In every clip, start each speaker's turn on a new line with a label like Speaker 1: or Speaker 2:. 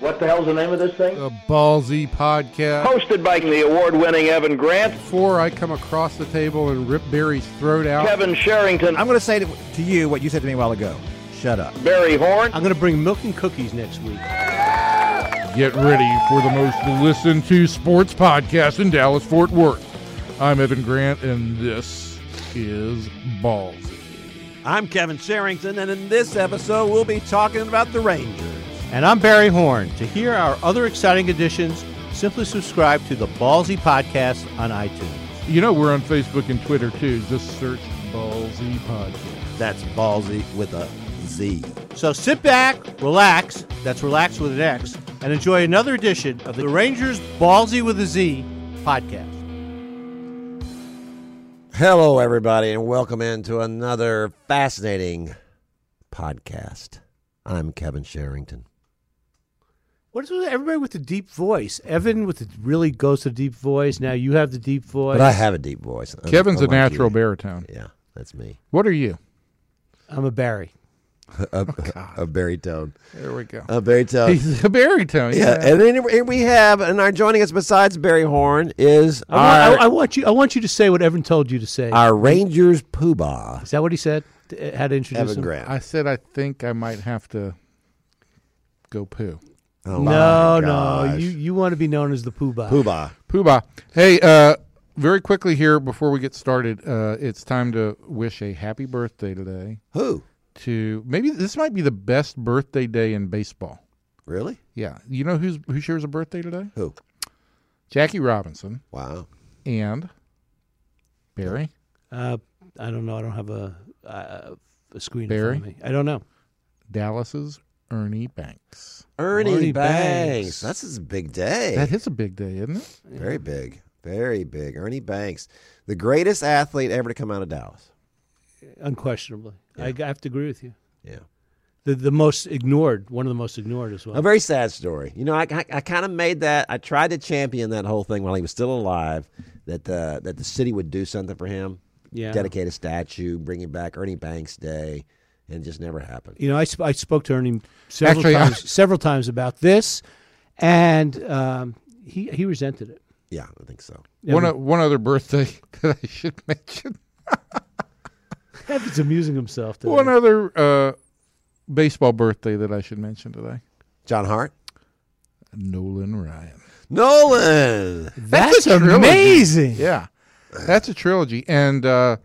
Speaker 1: What the hell's the name of this thing?
Speaker 2: The Ballsy Podcast.
Speaker 1: Hosted by the award-winning Evan Grant,
Speaker 2: Before I come across the table and rip Barry's throat out.
Speaker 1: Kevin Sherrington,
Speaker 3: I'm going to say to, to you what you said to me a while ago. Shut up.
Speaker 1: Barry Horn,
Speaker 4: I'm going to bring milk and cookies next week.
Speaker 2: Get ready for the most listened to sports podcast in Dallas Fort Worth. I'm Evan Grant, and this is Ballsy.
Speaker 3: I'm Kevin Sherrington, and in this episode, we'll be talking about the Rangers.
Speaker 4: And I'm Barry Horn. To hear our other exciting additions, simply subscribe to the Ballsy Podcast on iTunes.
Speaker 2: You know, we're on Facebook and Twitter too. Just search Ballsy Podcast.
Speaker 3: That's ballsy with a Z.
Speaker 4: So sit back, relax, that's relax with an X, and enjoy another edition of the Rangers Ballsy with a Z podcast.
Speaker 3: Hello, everybody, and welcome into another fascinating podcast. I'm Kevin Sherrington.
Speaker 4: What is with everybody with the deep voice? Evan with the really goes to deep voice. Now you have the deep voice.
Speaker 3: But I have a deep voice. Un-
Speaker 2: Kevin's a
Speaker 3: unlike you.
Speaker 2: natural baritone.
Speaker 3: Yeah, that's me.
Speaker 2: What are you?
Speaker 4: I'm a Barry.
Speaker 3: A, a baritone.
Speaker 2: There we go.
Speaker 3: A baritone.
Speaker 2: He's a baritone.
Speaker 3: yeah, and then here we have, and our joining us besides Barry Horn is
Speaker 4: I, want-
Speaker 3: our,
Speaker 4: I- I want you. I want you to say what Evan told you to say.
Speaker 3: our Rangers poobah,
Speaker 4: Is that what he said? T- uh, How to introduce
Speaker 3: Evan
Speaker 4: him?
Speaker 3: Grant.
Speaker 2: I said I think I might have to go poo.
Speaker 3: Oh,
Speaker 4: No,
Speaker 3: my
Speaker 4: no.
Speaker 3: gosh.
Speaker 4: You you want to be known as the Pooh Bah.
Speaker 3: poobah.
Speaker 2: Pooh Bah. Hey, uh, very quickly here before we get started, uh, it's time to wish a happy birthday today
Speaker 3: Who?
Speaker 2: to maybe this might be the best birthday day in baseball.
Speaker 3: Really?
Speaker 2: Yeah, you know who's who shares a birthday today?
Speaker 3: Who?
Speaker 2: Jackie Robinson
Speaker 3: Wow.
Speaker 2: and Barry.
Speaker 4: Uh, I don't know. I don't have a uh, a screen
Speaker 2: Barry?
Speaker 4: in front of me. I don't know.
Speaker 2: Dallas's Ernie Banks.
Speaker 3: Ernie,
Speaker 4: Ernie
Speaker 3: Banks.
Speaker 4: Banks.
Speaker 3: That's his big day.
Speaker 2: That is a big day, isn't it?
Speaker 3: Very big. Very big. Ernie Banks, the greatest athlete ever to come out of Dallas.
Speaker 4: Unquestionably, I, I have to agree with you.
Speaker 3: Yeah.
Speaker 4: The the most ignored, one of the most ignored as well.
Speaker 3: A very sad story. You know, I, I, I kind of made that. I tried to champion that whole thing while he was still alive. That the that the city would do something for him.
Speaker 4: Yeah.
Speaker 3: Dedicate a statue, bring him back Ernie Banks Day, and it just never happened.
Speaker 4: you know, I, sp- I spoke to Ernie several
Speaker 2: Actually, I-
Speaker 4: times, several times about this, and um, he he resented it.
Speaker 3: Yeah, I think so.
Speaker 2: One o- one other birthday that I should mention.
Speaker 4: He's amusing himself. Today.
Speaker 2: One other uh, baseball birthday that I should mention today.
Speaker 3: John Hart,
Speaker 2: Nolan Ryan.
Speaker 3: Nolan.
Speaker 4: That's,
Speaker 2: a trilogy.
Speaker 4: amazing.
Speaker 2: Yeah, that's a trilogy, and uh,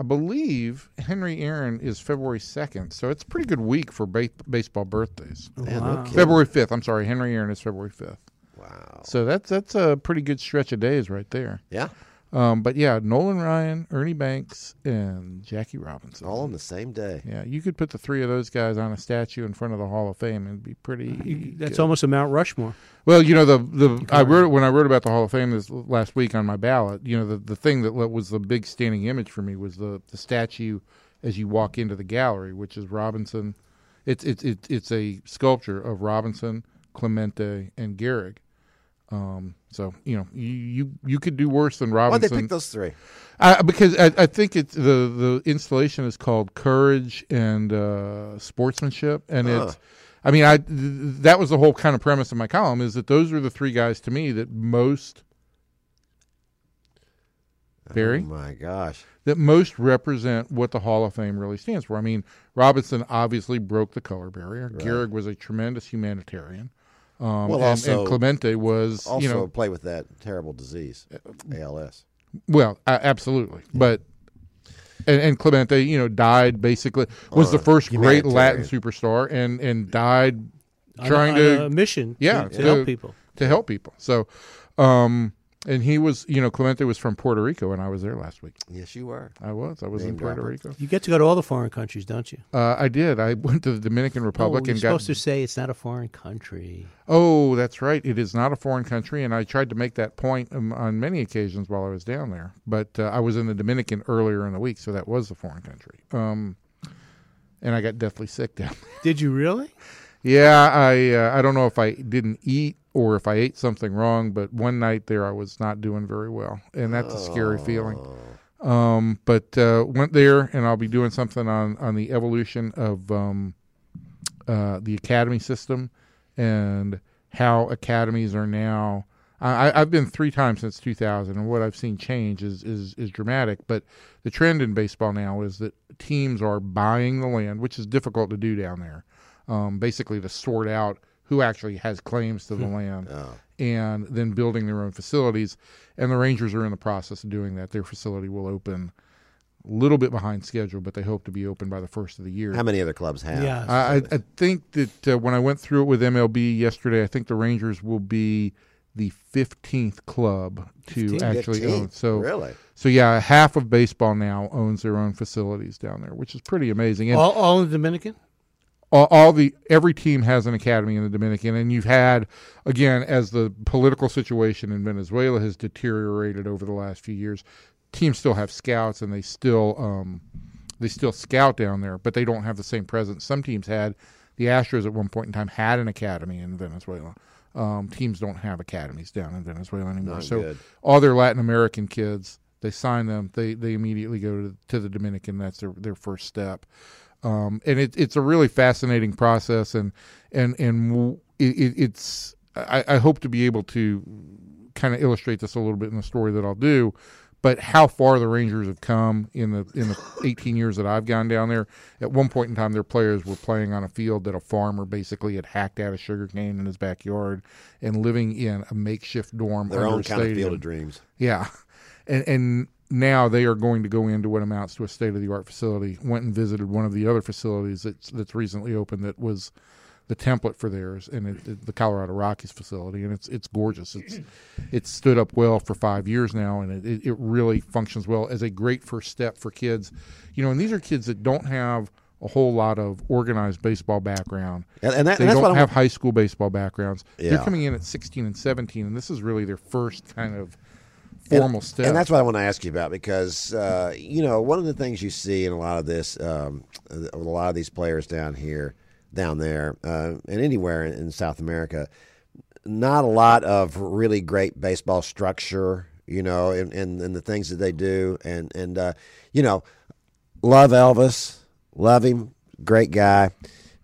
Speaker 2: I believe Henry Aaron is February second, so it's a pretty good week for ba- baseball birthdays.
Speaker 3: Man, no kidding.
Speaker 2: February fifth. I'm sorry, Henry Aaron is February fifth.
Speaker 3: Wow.
Speaker 2: So that's that's a pretty good stretch of days right there.
Speaker 3: Yeah,
Speaker 2: Um, but yeah, Nolan Ryan, Ernie Banks, and Jackie Robinson.
Speaker 3: all on the same day.
Speaker 2: yeah, you could put the three of those guys on a statue in front of the Hall of Fame and it'd be pretty.
Speaker 4: That's almost a Mount Rushmore.
Speaker 2: Well, you know the the I wrote when I wrote about the Hall of Fame this last week on my ballot. You know the the thing that was the big standing image for me was the the statue as you walk into the gallery, which is Robinson. It's it's it's it's a sculpture of Robinson, Clemente, and Gehrig. Um, so you know you you, you could do worse than
Speaker 3: Why'd they
Speaker 2: Robinson
Speaker 3: pick those three?
Speaker 2: I, because I, I think it's the the installation is called courage and uh, sportsmanship, and it's. I mean, I th- that was the whole kind of premise of my column is that those are the three guys to me that most Barry
Speaker 3: Oh my gosh.
Speaker 2: that most represent what the Hall of Fame really stands for. I mean, Robinson obviously broke the color barrier. Gehrig was a tremendous humanitarian. Um,
Speaker 3: Well,
Speaker 2: and,
Speaker 3: also-
Speaker 2: and Clemente was
Speaker 3: Also
Speaker 2: you know Uh,
Speaker 3: play with that terrible disease, ALS.
Speaker 2: Well, uh, absolutely, but and, and Clemente, you know, died basically was the first great Latin superstar, and and died
Speaker 4: On a-
Speaker 2: trying
Speaker 4: on
Speaker 2: to
Speaker 4: a mission.
Speaker 2: yeah
Speaker 4: to, to help people.
Speaker 2: to help people. So, um, and he was, you know, Clemente was from Puerto Rico, and I was there last week.
Speaker 3: Yes, you were.
Speaker 2: I was, I was in
Speaker 3: Name
Speaker 2: Puerto
Speaker 3: dropper.
Speaker 2: Rico.
Speaker 4: You get to go to all the foreign countries, don't you?
Speaker 2: Uh, I did. I went to the Dominican Republic
Speaker 4: oh, you're
Speaker 2: and got.
Speaker 4: supposed to say it's not a foreign country.
Speaker 2: Oh, that's right. It is not a foreign country, and I tried to make that point um, on many occasions while I was down there. But uh, I was in the Dominican earlier in the week, so that was a foreign country. Um, and I got deathly sick down. there.
Speaker 4: Did you really?
Speaker 2: yeah, I uh, I don't know if I didn't eat or if I ate something wrong, but one night there I was not doing very well, and that's a scary feeling. Um, but uh, went there, and I'll be doing something on on the evolution of um, uh, the academy system and how academies are now. I, I- I've been three times since 2000, and what I've seen change is, is is dramatic. But the trend in baseball now is that teams are buying the land, which is difficult to do down there. Um, basically, to sort out who actually has claims to the land, and then building their own facilities. And the Rangers are in the process of doing that. Their facility will open a little bit behind schedule, but they hope to be open by the first of the year.
Speaker 3: How many other clubs have?
Speaker 4: Yeah.
Speaker 2: I, I I think that uh, when I went through it with MLB yesterday, I think the Rangers will be the 15th club to
Speaker 4: 15th?
Speaker 2: actually
Speaker 3: 15th?
Speaker 2: own. So
Speaker 3: Really?
Speaker 2: So yeah, half of baseball now owns their own facilities down there, which is pretty amazing. And all,
Speaker 4: all, all in the Dominican?
Speaker 2: all, the every team has an academy in the Dominican, and you've had again as the political situation in Venezuela has deteriorated over the last few years, teams still have scouts and they still um, they still scout down there, but they don't have the same presence some teams had. The Astros at one point in time had an academy in Venezuela. Um, teams don't have academies down in Venezuela anymore.
Speaker 3: Not
Speaker 2: so
Speaker 3: good.
Speaker 2: all their Latin American kids, they sign them. They they immediately go to, to the Dominican. That's their, their first step. Um, and it, it's a really fascinating process, and and and w- it, it, it's I, I hope to be able to kind of illustrate this a little bit in the story that I'll do, but how far the Rangers have come in the in the 18 years that I've gone down there. At one point in time, their players were playing on a field that a farmer basically had hacked out of sugarcane in his backyard and living in a makeshift dorm.
Speaker 3: Their
Speaker 2: under
Speaker 3: own
Speaker 2: a
Speaker 3: kind of
Speaker 2: stadium.
Speaker 3: field of dreams.
Speaker 2: Yeah, and and now they are going to go into what amounts to a state of the art facility. Went and visited one of the other facilities that's that's recently opened that was the template for theirs, and it, it- the Colorado Rockies facility, and it's it's gorgeous. It's it's stood up well for five years now, and it- it, it really functions well as a great first step for kids. You know, and these are kids that don't have a whole lot of organized baseball background.
Speaker 3: And- and that-
Speaker 2: they
Speaker 3: and that's
Speaker 2: don't
Speaker 3: what I
Speaker 2: have high school baseball backgrounds. They're
Speaker 3: Yeah.
Speaker 2: coming in at 16 and 17, and this is really their first kind of formal step.
Speaker 3: And that's what I want to ask you about because uh, you know one of the things you see in a lot of this, um, with a lot of these players down here, down there, uh, and anywhere in, in South America, not a lot of really great baseball structure. You know, and and, and the things that they do, and and uh, you know, love Elvis, love him, great guy.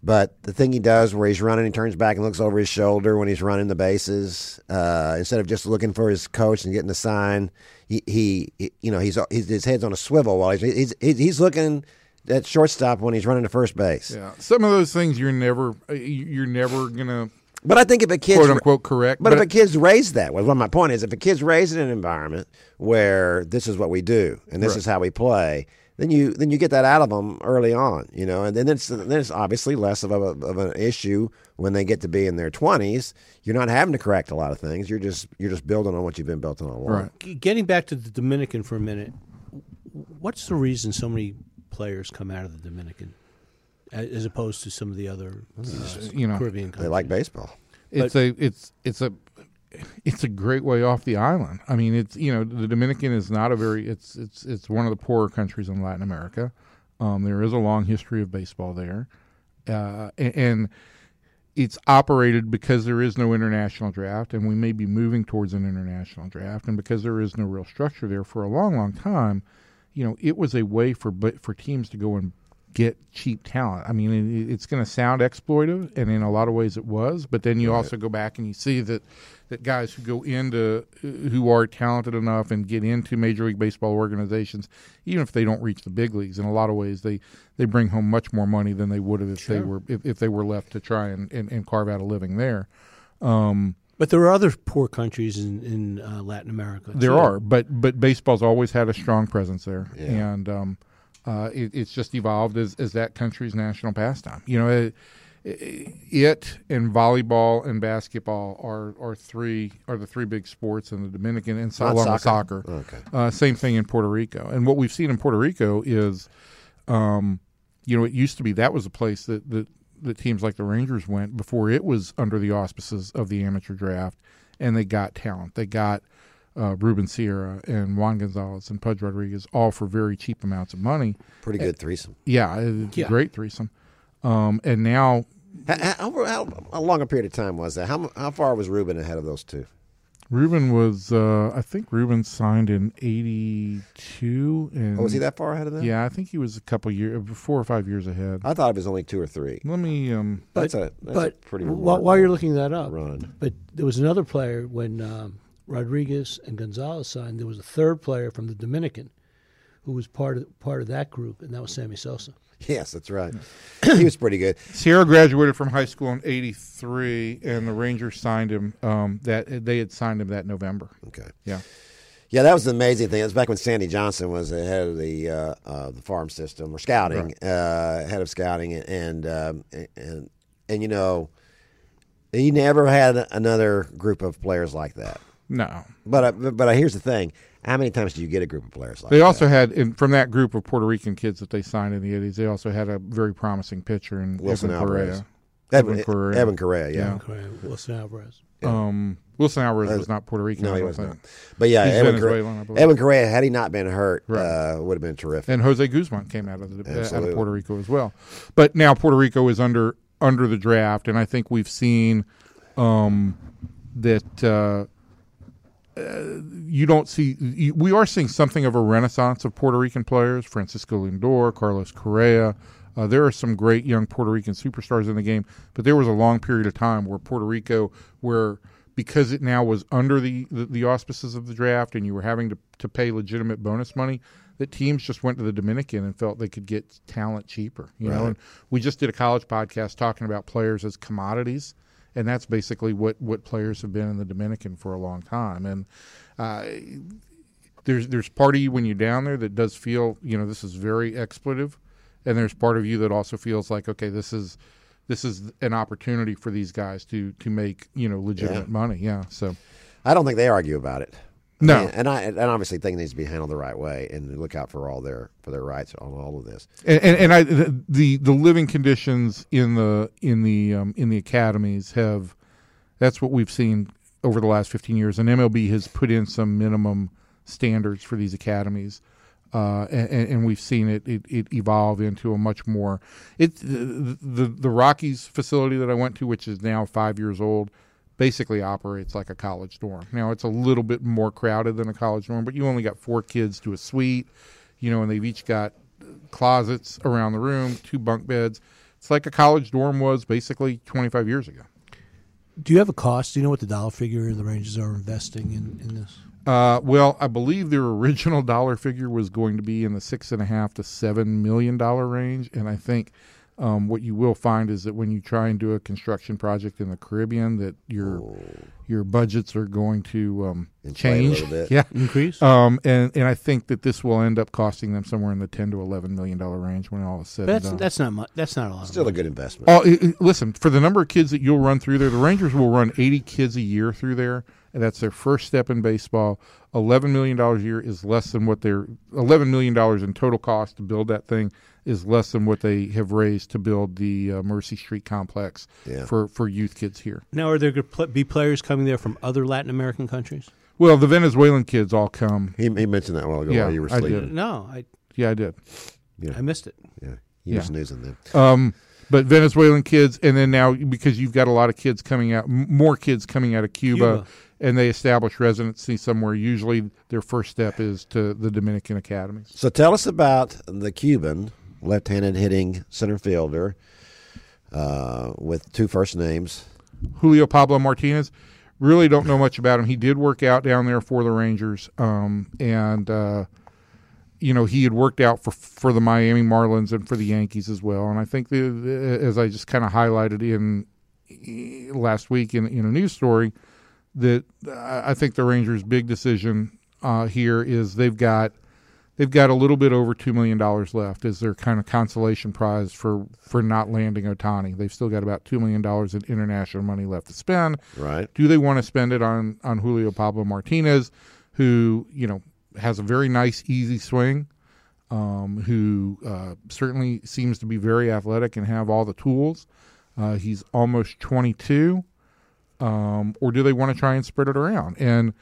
Speaker 3: But the thing he does where he's running, he turns back and looks over his shoulder when he's running the bases. Uh, instead of just looking for his coach and getting the sign, he, he, he- you know, he's, he's his head's on a swivel while he's he's he's, he's looking at shortstop when he's running to first base.
Speaker 2: yeah, some of those things you're never uh, you- you're never gonna
Speaker 3: But I think if a kid's
Speaker 2: quote unquote correct.
Speaker 3: But, if a kid's raised that way, well, my point is, if a kid's raised in an environment where this is what we do and this is how we play, then you then you get that out of them early on, you know, and then it's then it's obviously less of a, of an issue when they get to be in their twenties. You're not having to correct a lot of things. You're just you're just building on what you've been built on all along.
Speaker 2: Right.
Speaker 4: G- Getting back to the Dominican for a minute, w- what's the reason so many players come out of the Dominican a- as opposed to some of the other uh,
Speaker 2: you know,
Speaker 4: Caribbean countries?
Speaker 3: They like baseball.
Speaker 2: it's a it's it's a it's a great way off the island. I mean, it's you know the Dominican is not a very it's it's it's one of the poorer countries in Latin America. Um, there is a long history of baseball there, uh, a- and, it's operated because there is no international draft, and we may be moving towards an international draft, and because there is no real structure there for a long, long time. You know, it was a way for but for teams to go and get cheap talent. I mean, it, it's going to sound exploitive, and in a lot of ways it was. But then you also go back and you see that that guys who go into who are talented enough and get into Major League Baseball organizations, even if they don't reach the big leagues, in a lot of ways they they bring home much more money than they would have if they were if, if they were left to try and, and, and carve out a living there.
Speaker 4: But there are other poor countries in, in uh, Latin America.
Speaker 2: There
Speaker 4: too.
Speaker 2: are, but but baseball's always had a strong presence there, and um, uh, it, it's just evolved as, as that country's national pastime. You know, it, it and volleyball and basketball are are three are the three big sports in the Dominican and so-
Speaker 3: Not
Speaker 2: along with
Speaker 3: soccer?
Speaker 2: soccer. Uh, same thing in Puerto Rico, and what we've seen in Puerto Rico is um, you know, it used to be that was a place that that, that teams like the Rangers went before it was under the auspices of the amateur draft, and they got talent. They got uh, Ruben Sierra and Juan Gonzalez and Pudge Rodriguez all for very cheap amounts of money.
Speaker 3: Pretty good threesome.
Speaker 2: Yeah, it's
Speaker 4: Yeah.
Speaker 2: a great threesome. Um, and now
Speaker 3: How, how, how, how long a period of time was that? How mu- how far was Ruben ahead of those two?
Speaker 2: Ruben was, uh, I think Ruben signed in '82, and
Speaker 3: Oh, was he that far ahead of them?
Speaker 2: Mm. Yeah, I think he was a couple years, four or five years ahead.
Speaker 3: I thought it was only two or three.
Speaker 2: Let me. Um,
Speaker 3: That's a that's a
Speaker 4: but
Speaker 3: pretty
Speaker 4: wh- while you're
Speaker 3: remarkable-
Speaker 4: looking that up,
Speaker 3: run.
Speaker 4: but there was another player when um, Rodriguez and Gonzalez signed. There was a third player from the Dominican who was part of part of that group, and that was Sammy Sosa.
Speaker 3: Yes, that's right. he was pretty good.
Speaker 2: Sierra graduated from high school in '83, and the Rangers signed him. Um, that they had signed him that November.
Speaker 3: Okay.
Speaker 2: Yeah,
Speaker 3: Yeah, that was the amazing thing. It was back when Sandy Johnson was the head of the uh, uh, the farm system or scouting, uh, head of scouting, and um, and and you know, he never had another group of players like that.
Speaker 2: no.
Speaker 3: But uh, but uh, here's the thing: how many times do you get a group of players like
Speaker 2: They
Speaker 3: that?
Speaker 2: also had in, from that group of Puerto Rican kids that they signed in the '80s. They also had a very promising pitcher in
Speaker 3: Wilson
Speaker 2: Evan Correa.
Speaker 3: Alvarez. Evan,
Speaker 2: Evan Correa.
Speaker 3: Evan Correa, yeah.
Speaker 4: Correa- Wilson Alvarez.
Speaker 2: Um, Wilson Alvarez was not Puerto Rican.
Speaker 3: No,
Speaker 2: I
Speaker 3: he
Speaker 2: don't
Speaker 3: was
Speaker 2: think.
Speaker 3: not. But yeah,
Speaker 2: He's
Speaker 3: Evan
Speaker 2: Venezuelan, I
Speaker 3: Correa,
Speaker 2: believe.
Speaker 3: Evan Correa, had he not been hurt,
Speaker 2: Right.
Speaker 3: uh, would have been terrific.
Speaker 2: and Jose Guzman came out of the, out
Speaker 3: Absolutely.
Speaker 2: of Puerto Rico as well. But now Puerto Rico is under under the draft, and I think we've seen um, that uh, uh, you don't see. You, we are seeing something of a renaissance of Puerto Rican players: Francisco Lindor, Carlos Correa. Uh, there are some great young Puerto Rican superstars in the game, but there was a long period of time where Puerto Rico, where because it now was under the, the, the auspices of the draft and you were having to, to pay legitimate bonus money, that teams just went to the Dominican and felt they could get talent cheaper. You know, and we just did a college podcast talking about players as commodities and that's basically what what players have been in the Dominican for a long time. And uh, there's there's part of you when you're down there that does feel you know this is very expletive, and there's part of you that also feels like okay this is this is an opportunity for these guys to to make you know legitimate money. Yeah, so
Speaker 3: I don't think they argue about it.
Speaker 2: No.
Speaker 3: I mean, and I and obviously things needs to be handled the right way and look out for all their for their rights on all of this.
Speaker 2: and and, and I the the living conditions in the in the um, in the academies have that's what we've seen over the last 15 years and MLB has put in some minimum standards for these academies uh, and, and we've seen it, it it evolve into a much more it the, the the Rockies facility that I went to which is now 5 years old basically operates like a college dorm. Now it's a little bit more crowded than a college dorm but you only got four kids to a suite you know and they've each got closets around the room, two bunk beds. It's like a college dorm was basically 25 years ago.
Speaker 4: Do you have a cost? Do you know what the dollar figure the Rangers are investing in, in this?
Speaker 2: Uh, well, I believe their original dollar figure was going to be in the six and a half to seven million dollar range, and I think um, what you will find is that when you try and do a construction project in the Caribbean, that your your budgets are going to um,
Speaker 3: Oh. Inflate a
Speaker 2: change.
Speaker 3: little bit.
Speaker 2: Yeah,
Speaker 4: Increase?
Speaker 2: um, and and I think that this will end up costing them somewhere in the ten to eleven million dollar range when all is said
Speaker 4: that's
Speaker 2: and done.
Speaker 4: that's not mu- that's not a lot.
Speaker 3: Still
Speaker 4: of
Speaker 3: a
Speaker 4: money.
Speaker 3: good investment.
Speaker 2: Oh, i- i- listen, for the number of kids that you'll run through there, the Rangers will run 80 kids a year through there, and that's their first step in baseball. $11 million a year is less than what their $11 million in total cost to build that thing is less than what they have raised to build the uh, Mercy Street complex
Speaker 3: Yeah.
Speaker 2: for, for youth kids here.
Speaker 4: now, are there gonna pl- be players coming there from other Latin American countries?
Speaker 2: Well, the Venezuelan kids all come.
Speaker 3: He, he mentioned that a while ago
Speaker 2: Yeah,
Speaker 3: while you were
Speaker 2: I did.
Speaker 3: sleeping.
Speaker 4: No, I
Speaker 2: Yeah, I did.
Speaker 3: Yeah.
Speaker 4: I missed it.
Speaker 3: Yeah, you
Speaker 2: Yeah.
Speaker 3: were snoozing then.
Speaker 2: Um, but Venezuelan kids, and then now because you've got a lot of kids coming out, m- more kids coming out of Cuba,
Speaker 4: Cuba.
Speaker 2: and they establish residency somewhere. Usually, their first step is to the Dominican academies.
Speaker 3: So tell us about the Cuban left-handed hitting center fielder uh, with two first names.
Speaker 2: Julio Pablo Martinez, really don't know much about him. He did work out down there for the Rangers, um, and uh, you know he had worked out for for the Miami Marlins and for the Yankees as well. And I think the, the as I just kind of highlighted in eh, last week in, in a news story that uh, I I think the Rangers' big decision uh, here is they've got they've got a little bit over two million dollars left as their kind of consolation prize for for not landing Otani. They've still got about two million dollars in international money left to spend.
Speaker 3: Right.
Speaker 2: Do they want to spend it on on Julio Pablo Martinez, who you know has a very nice easy swing, um, who uh, certainly seems to be very athletic and have all the tools. Uh, he's almost 22. Um, or do they want to try and spread it around? And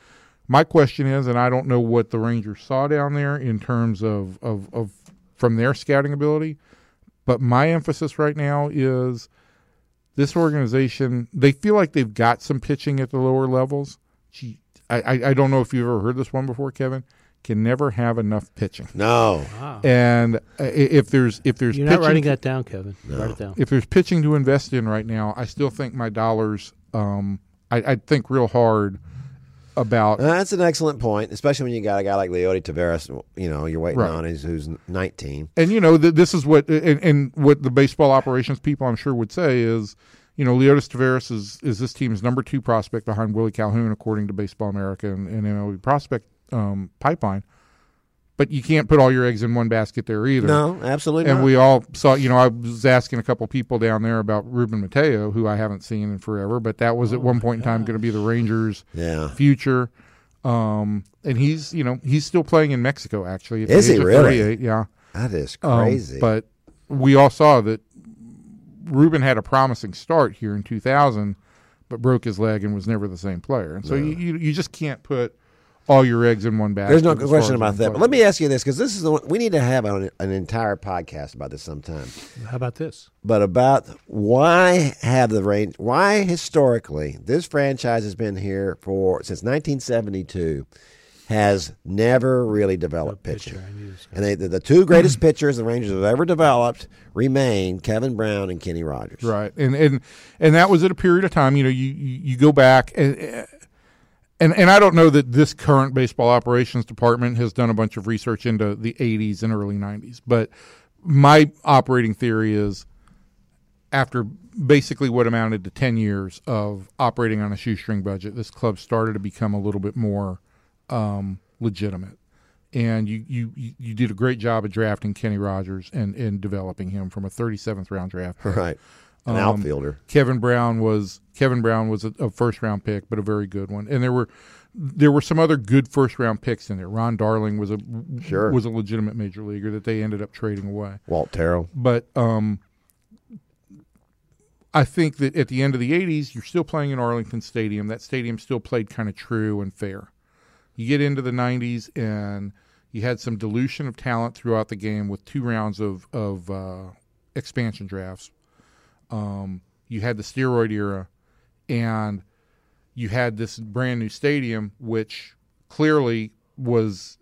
Speaker 2: my question is, and I don't know what the Rangers saw down there in terms of, of, of from their scouting ability, but my emphasis right now is this organization, they feel like they've got some pitching at the lower levels. Gee, I, I, I don't know if you've ever heard this one before, Kevin, can never have enough pitching.
Speaker 3: No.
Speaker 4: Ah.
Speaker 2: And uh, i- if there's if there's
Speaker 4: You're
Speaker 2: pitching,
Speaker 4: not writing that down, Kevin. Write it down.
Speaker 2: if there's pitching to invest in right now, I still think my dollars. Um, I, I think real hard about.
Speaker 3: Uh, That's an excellent point, especially when you got a guy like Leody Taveras. You know, you're waiting
Speaker 2: Right.
Speaker 3: on who's, who's 19.
Speaker 2: And you know th- this is what and, and what the baseball operations people I'm sure would say is, you know, Leotis Taveras is is this team's number two prospect behind Willie Calhoun according to Baseball America and, and MLB prospect um, pipeline. But you can't put all your eggs in one basket there either.
Speaker 3: No, absolutely
Speaker 2: And
Speaker 3: not.
Speaker 2: we all saw, you know, I was asking a couple people down there about Ruben Mateo, who I haven't seen in forever, but that was at one point in time going to be the Rangers'
Speaker 3: Oh, yeah.
Speaker 2: future. Um, and he's, you know, he's still playing in Mexico, actually. at the
Speaker 3: Is he
Speaker 2: age of
Speaker 3: really?
Speaker 2: 38, yeah.
Speaker 3: That is
Speaker 2: Um,
Speaker 3: crazy.
Speaker 2: but we all saw that Ruben had a promising start here in 2000, but broke his leg and was never the same player. And so you, you, you just can't put all your eggs in one basket.
Speaker 3: There's no
Speaker 2: as far
Speaker 3: question
Speaker 2: as
Speaker 3: about
Speaker 2: one
Speaker 3: that. But
Speaker 2: player.
Speaker 3: let me ask you this because this is the one, we need to have an, an entire podcast about this sometime.
Speaker 4: How about this?
Speaker 3: But about why have the range? Why historically this franchise has been here for since 1972 has never really developed pitching.
Speaker 4: I knew this.
Speaker 3: And they, the, the two greatest pitchers the Rangers have ever developed remain Kevin Brown and Kenny Rogers.
Speaker 2: right and and and that was at a period of time you know you you you go back and and and I don't know that this current baseball operations department has done a bunch of research into the 80s and early 90s but my operating theory is after basically what amounted to 10 years of operating on a shoestring budget this club started to become a little bit more um, legitimate and you, you you- you did a great job of drafting Kenny Rogers and, and developing him from a 37th round draft pick.
Speaker 3: Right. An
Speaker 2: Um,
Speaker 3: outfielder.
Speaker 2: Kevin Brown was Kevin Brown was a, a first round pick, but a very good one. And there were there were some other good first round picks in there. Ron Darling was a
Speaker 3: Sure.
Speaker 2: was a legitimate major leaguer that they ended up trading away.
Speaker 3: Walt Terrell.
Speaker 2: But um, I think that at the end of the '80s, you're still playing in Arlington Stadium. That stadium still played kind of true and fair. You get into the '90s, and you had some dilution of talent throughout the game with two rounds of of uh, expansion drafts. Um, you had the steroid era, and you had this brand new stadium, which clearly was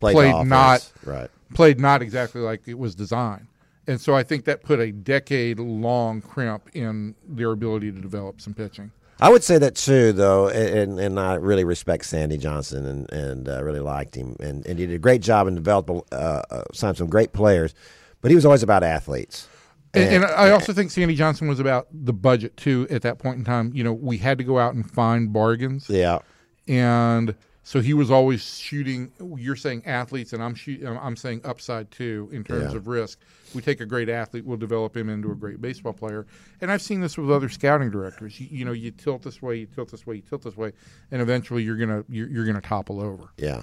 Speaker 3: Played,
Speaker 2: Played
Speaker 3: offense.
Speaker 2: not-
Speaker 3: Right.
Speaker 2: played not exactly like it was designed. And so I think that put a decade long crimp in their ability to develop some pitching.
Speaker 3: I would say that too, though, and and I really respect Sandy Johnson and and uh, really liked him, and, and he did a great job in developing uh, uh, signed some great players, but he was always about athletes.
Speaker 2: And, and I also think Sandy Johnson was about the budget too at that point in time. You know, we had to go out and find bargains.
Speaker 3: Yeah,
Speaker 2: And so he was always shooting. You're saying athletes, and I'm shoot, I'm- I'm saying upside too in terms
Speaker 3: Yeah.
Speaker 2: of risk. We take a great athlete, we'll develop him into a great baseball player. And I've seen this with other scouting directors. You, you know, you tilt this way, you tilt this way, you tilt this way, and eventually you're gonna you're, you're gonna topple over. Um,
Speaker 3: yeah.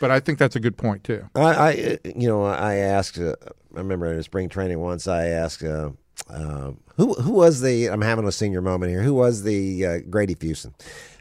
Speaker 2: But I think that's a good point too.
Speaker 3: I, I uh, you know, I asked. Uh, I remember in spring training once, I asked. Uh, um, who who was the? I'm having a senior moment here. Who was the uh, Grady Fuson?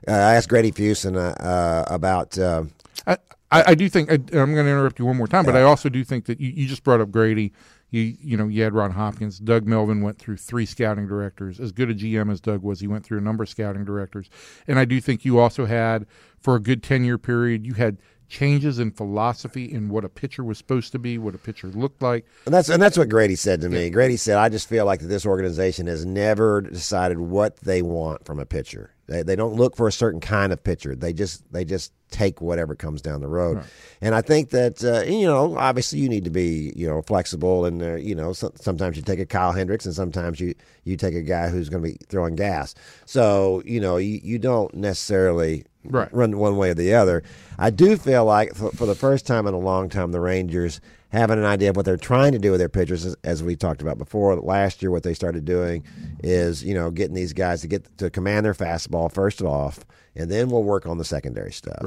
Speaker 3: Uh, I asked Grady Fuson uh, uh, about uh,
Speaker 2: I, I, I do think I, I'm going to interrupt you one more time, but I also do think that you, you just brought up Grady. You you know you had Ron Hopkins, Doug Melvin went through three scouting directors. As good a GM as Doug was, he went through a number of scouting directors, and I do think you also had for a good ten year period you had changes in philosophy in what a pitcher was supposed to be, what a pitcher looked like.
Speaker 3: And that's and that's what Grady said to me. Grady said, "I just feel like that this organization has never decided what they want from a pitcher. They, they don't look for a certain kind of pitcher. They just they just take whatever comes down the road. And I think that uh, you know, obviously, you need to be you know flexible, and uh, you know, so, sometimes you take a Kyle Hendricks, and sometimes you you take a guy who's going to be throwing gas. So you know, you, you don't necessarily
Speaker 2: Right.
Speaker 3: run one way or the other. I do feel like for, for the first time in a long time, the Rangers having an idea of what they're trying to do with their pitchers, as, as we talked about before. Last year, what they started doing is you know getting these guys to get to command their fastball first off, and then we'll work on the secondary stuff.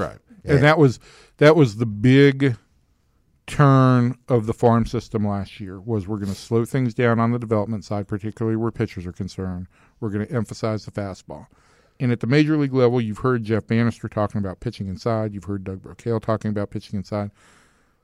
Speaker 2: and that was that was the big turn of the farm system last year was we're going to slow things down on the development side particularly where pitchers are concerned we're going to emphasize the fastball and at the major league level you've heard jeff bannister talking about pitching inside you've heard doug brocale talking about pitching inside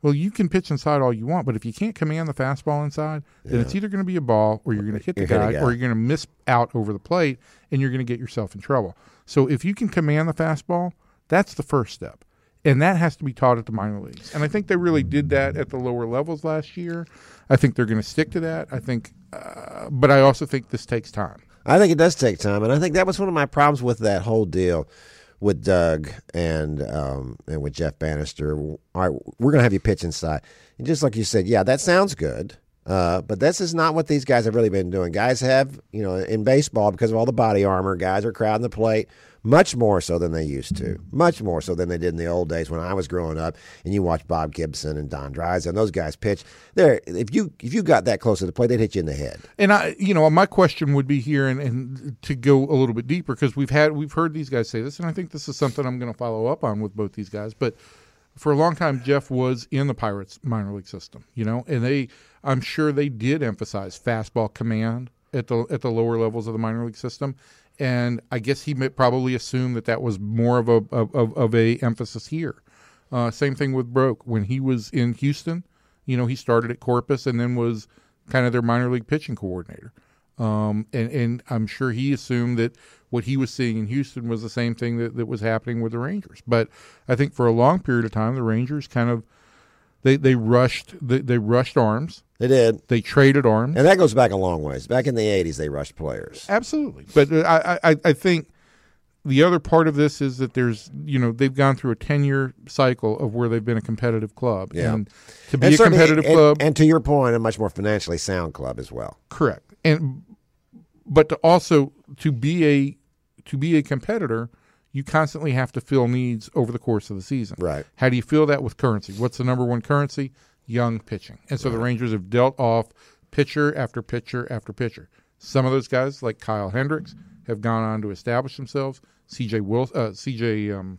Speaker 2: well you can pitch inside all you want but if you can't command the fastball inside then it's either going to be a ball or you're going to hit the
Speaker 3: You're hitting
Speaker 2: guy
Speaker 3: a guy.
Speaker 2: or you're going to miss out over the plate and you're going to get yourself in trouble so if you can command the fastball That's the first step. And that has to be taught at the minor leagues. And I think they really did that at the lower levels last year. I think they're going to stick to that. I think, uh, but I also think this takes time.
Speaker 3: I think it does take time, and I think that was one of my problems with that whole deal with Doug and um, and with Jeff Bannister. All right, we're going to have you pitch inside, and just like you said, yeah, that sounds good, uh, but this is not what these guys have really been doing. Guys have, you know, in baseball because of all the body armor, guys are crowding the plate much more so than they used to, much more so than they did in the old days when I was growing up. And you watch Bob Gibson and Don Drysdale, and those guys pitch. There, if you if you got that close to the plate, they'd hit you in the head.
Speaker 2: And I, you know, my question would be here, and, and to go a little bit deeper because we've had we've heard these guys say this, and I think this is something I'm going to follow up on with both these guys. But for a long time, Jeff was in the Pirates minor league system, you know, and they, I'm sure they did emphasize fastball command at the at the lower levels of the minor league system, and I guess he may- probably assumed that that was more of a of, of, of a emphasis here. Uh, same thing with Broke when he was in Houston. You know, he started at Corpus and then was kind of their minor league pitching coordinator. Um, and, and I'm sure he assumed that what he was seeing in Houston was the same thing that, that was happening with the Rangers. But I think for a long period of time, the Rangers kind of they they rushed they, they rushed arms,
Speaker 3: They did.
Speaker 2: they traded arms.
Speaker 3: And that goes back a long ways. Back in the 80s, they rushed players.
Speaker 2: Absolutely. But uh, I, I, I think the other part of this is that there's, you know, they've gone through a 10 year cycle of where they've been a competitive club.
Speaker 3: Yeah.
Speaker 2: And to be a
Speaker 3: certainly-
Speaker 2: competitive
Speaker 3: and-
Speaker 2: club,
Speaker 3: And to your point, a much more financially sound club as well.
Speaker 2: correct. And, but to also, to be a, to be a competitor, you constantly have to fill needs over the course of the season.
Speaker 3: Right.
Speaker 2: How do you feel that with currency? What's the number one currency? Young pitching. And so the Rangers have dealt off pitcher after pitcher after pitcher. Some of those guys, like Kyle Hendricks, have gone on to establish themselves. CJ Wilson, uh, CJ um,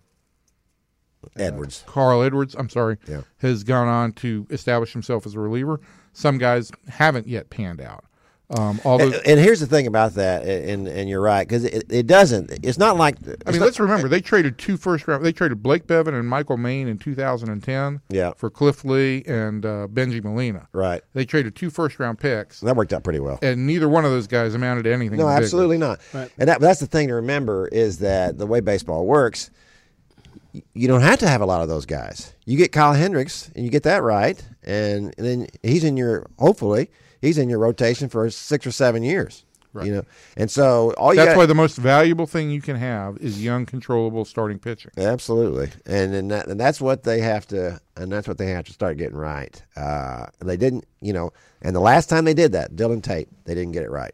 Speaker 3: Edwards.
Speaker 2: Carl Edwards, I'm sorry,
Speaker 3: Yeah.
Speaker 2: has gone on to establish himself as a reliever. Some guys haven't yet panned out. Um, although,
Speaker 3: And here's the thing about that, and and you're right because it, it doesn't. It's not like it's
Speaker 2: I mean,
Speaker 3: not-
Speaker 2: let's remember they traded two first round. They traded Blake Bevan and Michael Main in 2010
Speaker 3: Yeah.
Speaker 2: for Cliff Lee and uh, Benji Molina.
Speaker 3: right.
Speaker 2: They traded two first round picks,
Speaker 3: That worked out pretty well.
Speaker 2: and neither one of those guys amounted to anything.
Speaker 3: No,
Speaker 2: big.
Speaker 3: absolutely not. And that, that's the thing to remember is that the way baseball works, y- you don't have to have a lot of those guys. You get Kyle Hendricks, and you get that right, and, and then he's in your hopefully he's in your rotation for six or seven years. Right. You know, and so all you
Speaker 2: That's
Speaker 3: gotta-
Speaker 2: why the most valuable thing you can have is young, controllable starting pitching.
Speaker 3: Absolutely, and and, that, and that's what they have to, and that's what they have to start getting right. Uh, they didn't, you know, and the last time they did that, Dylan Tate, they didn't get it right,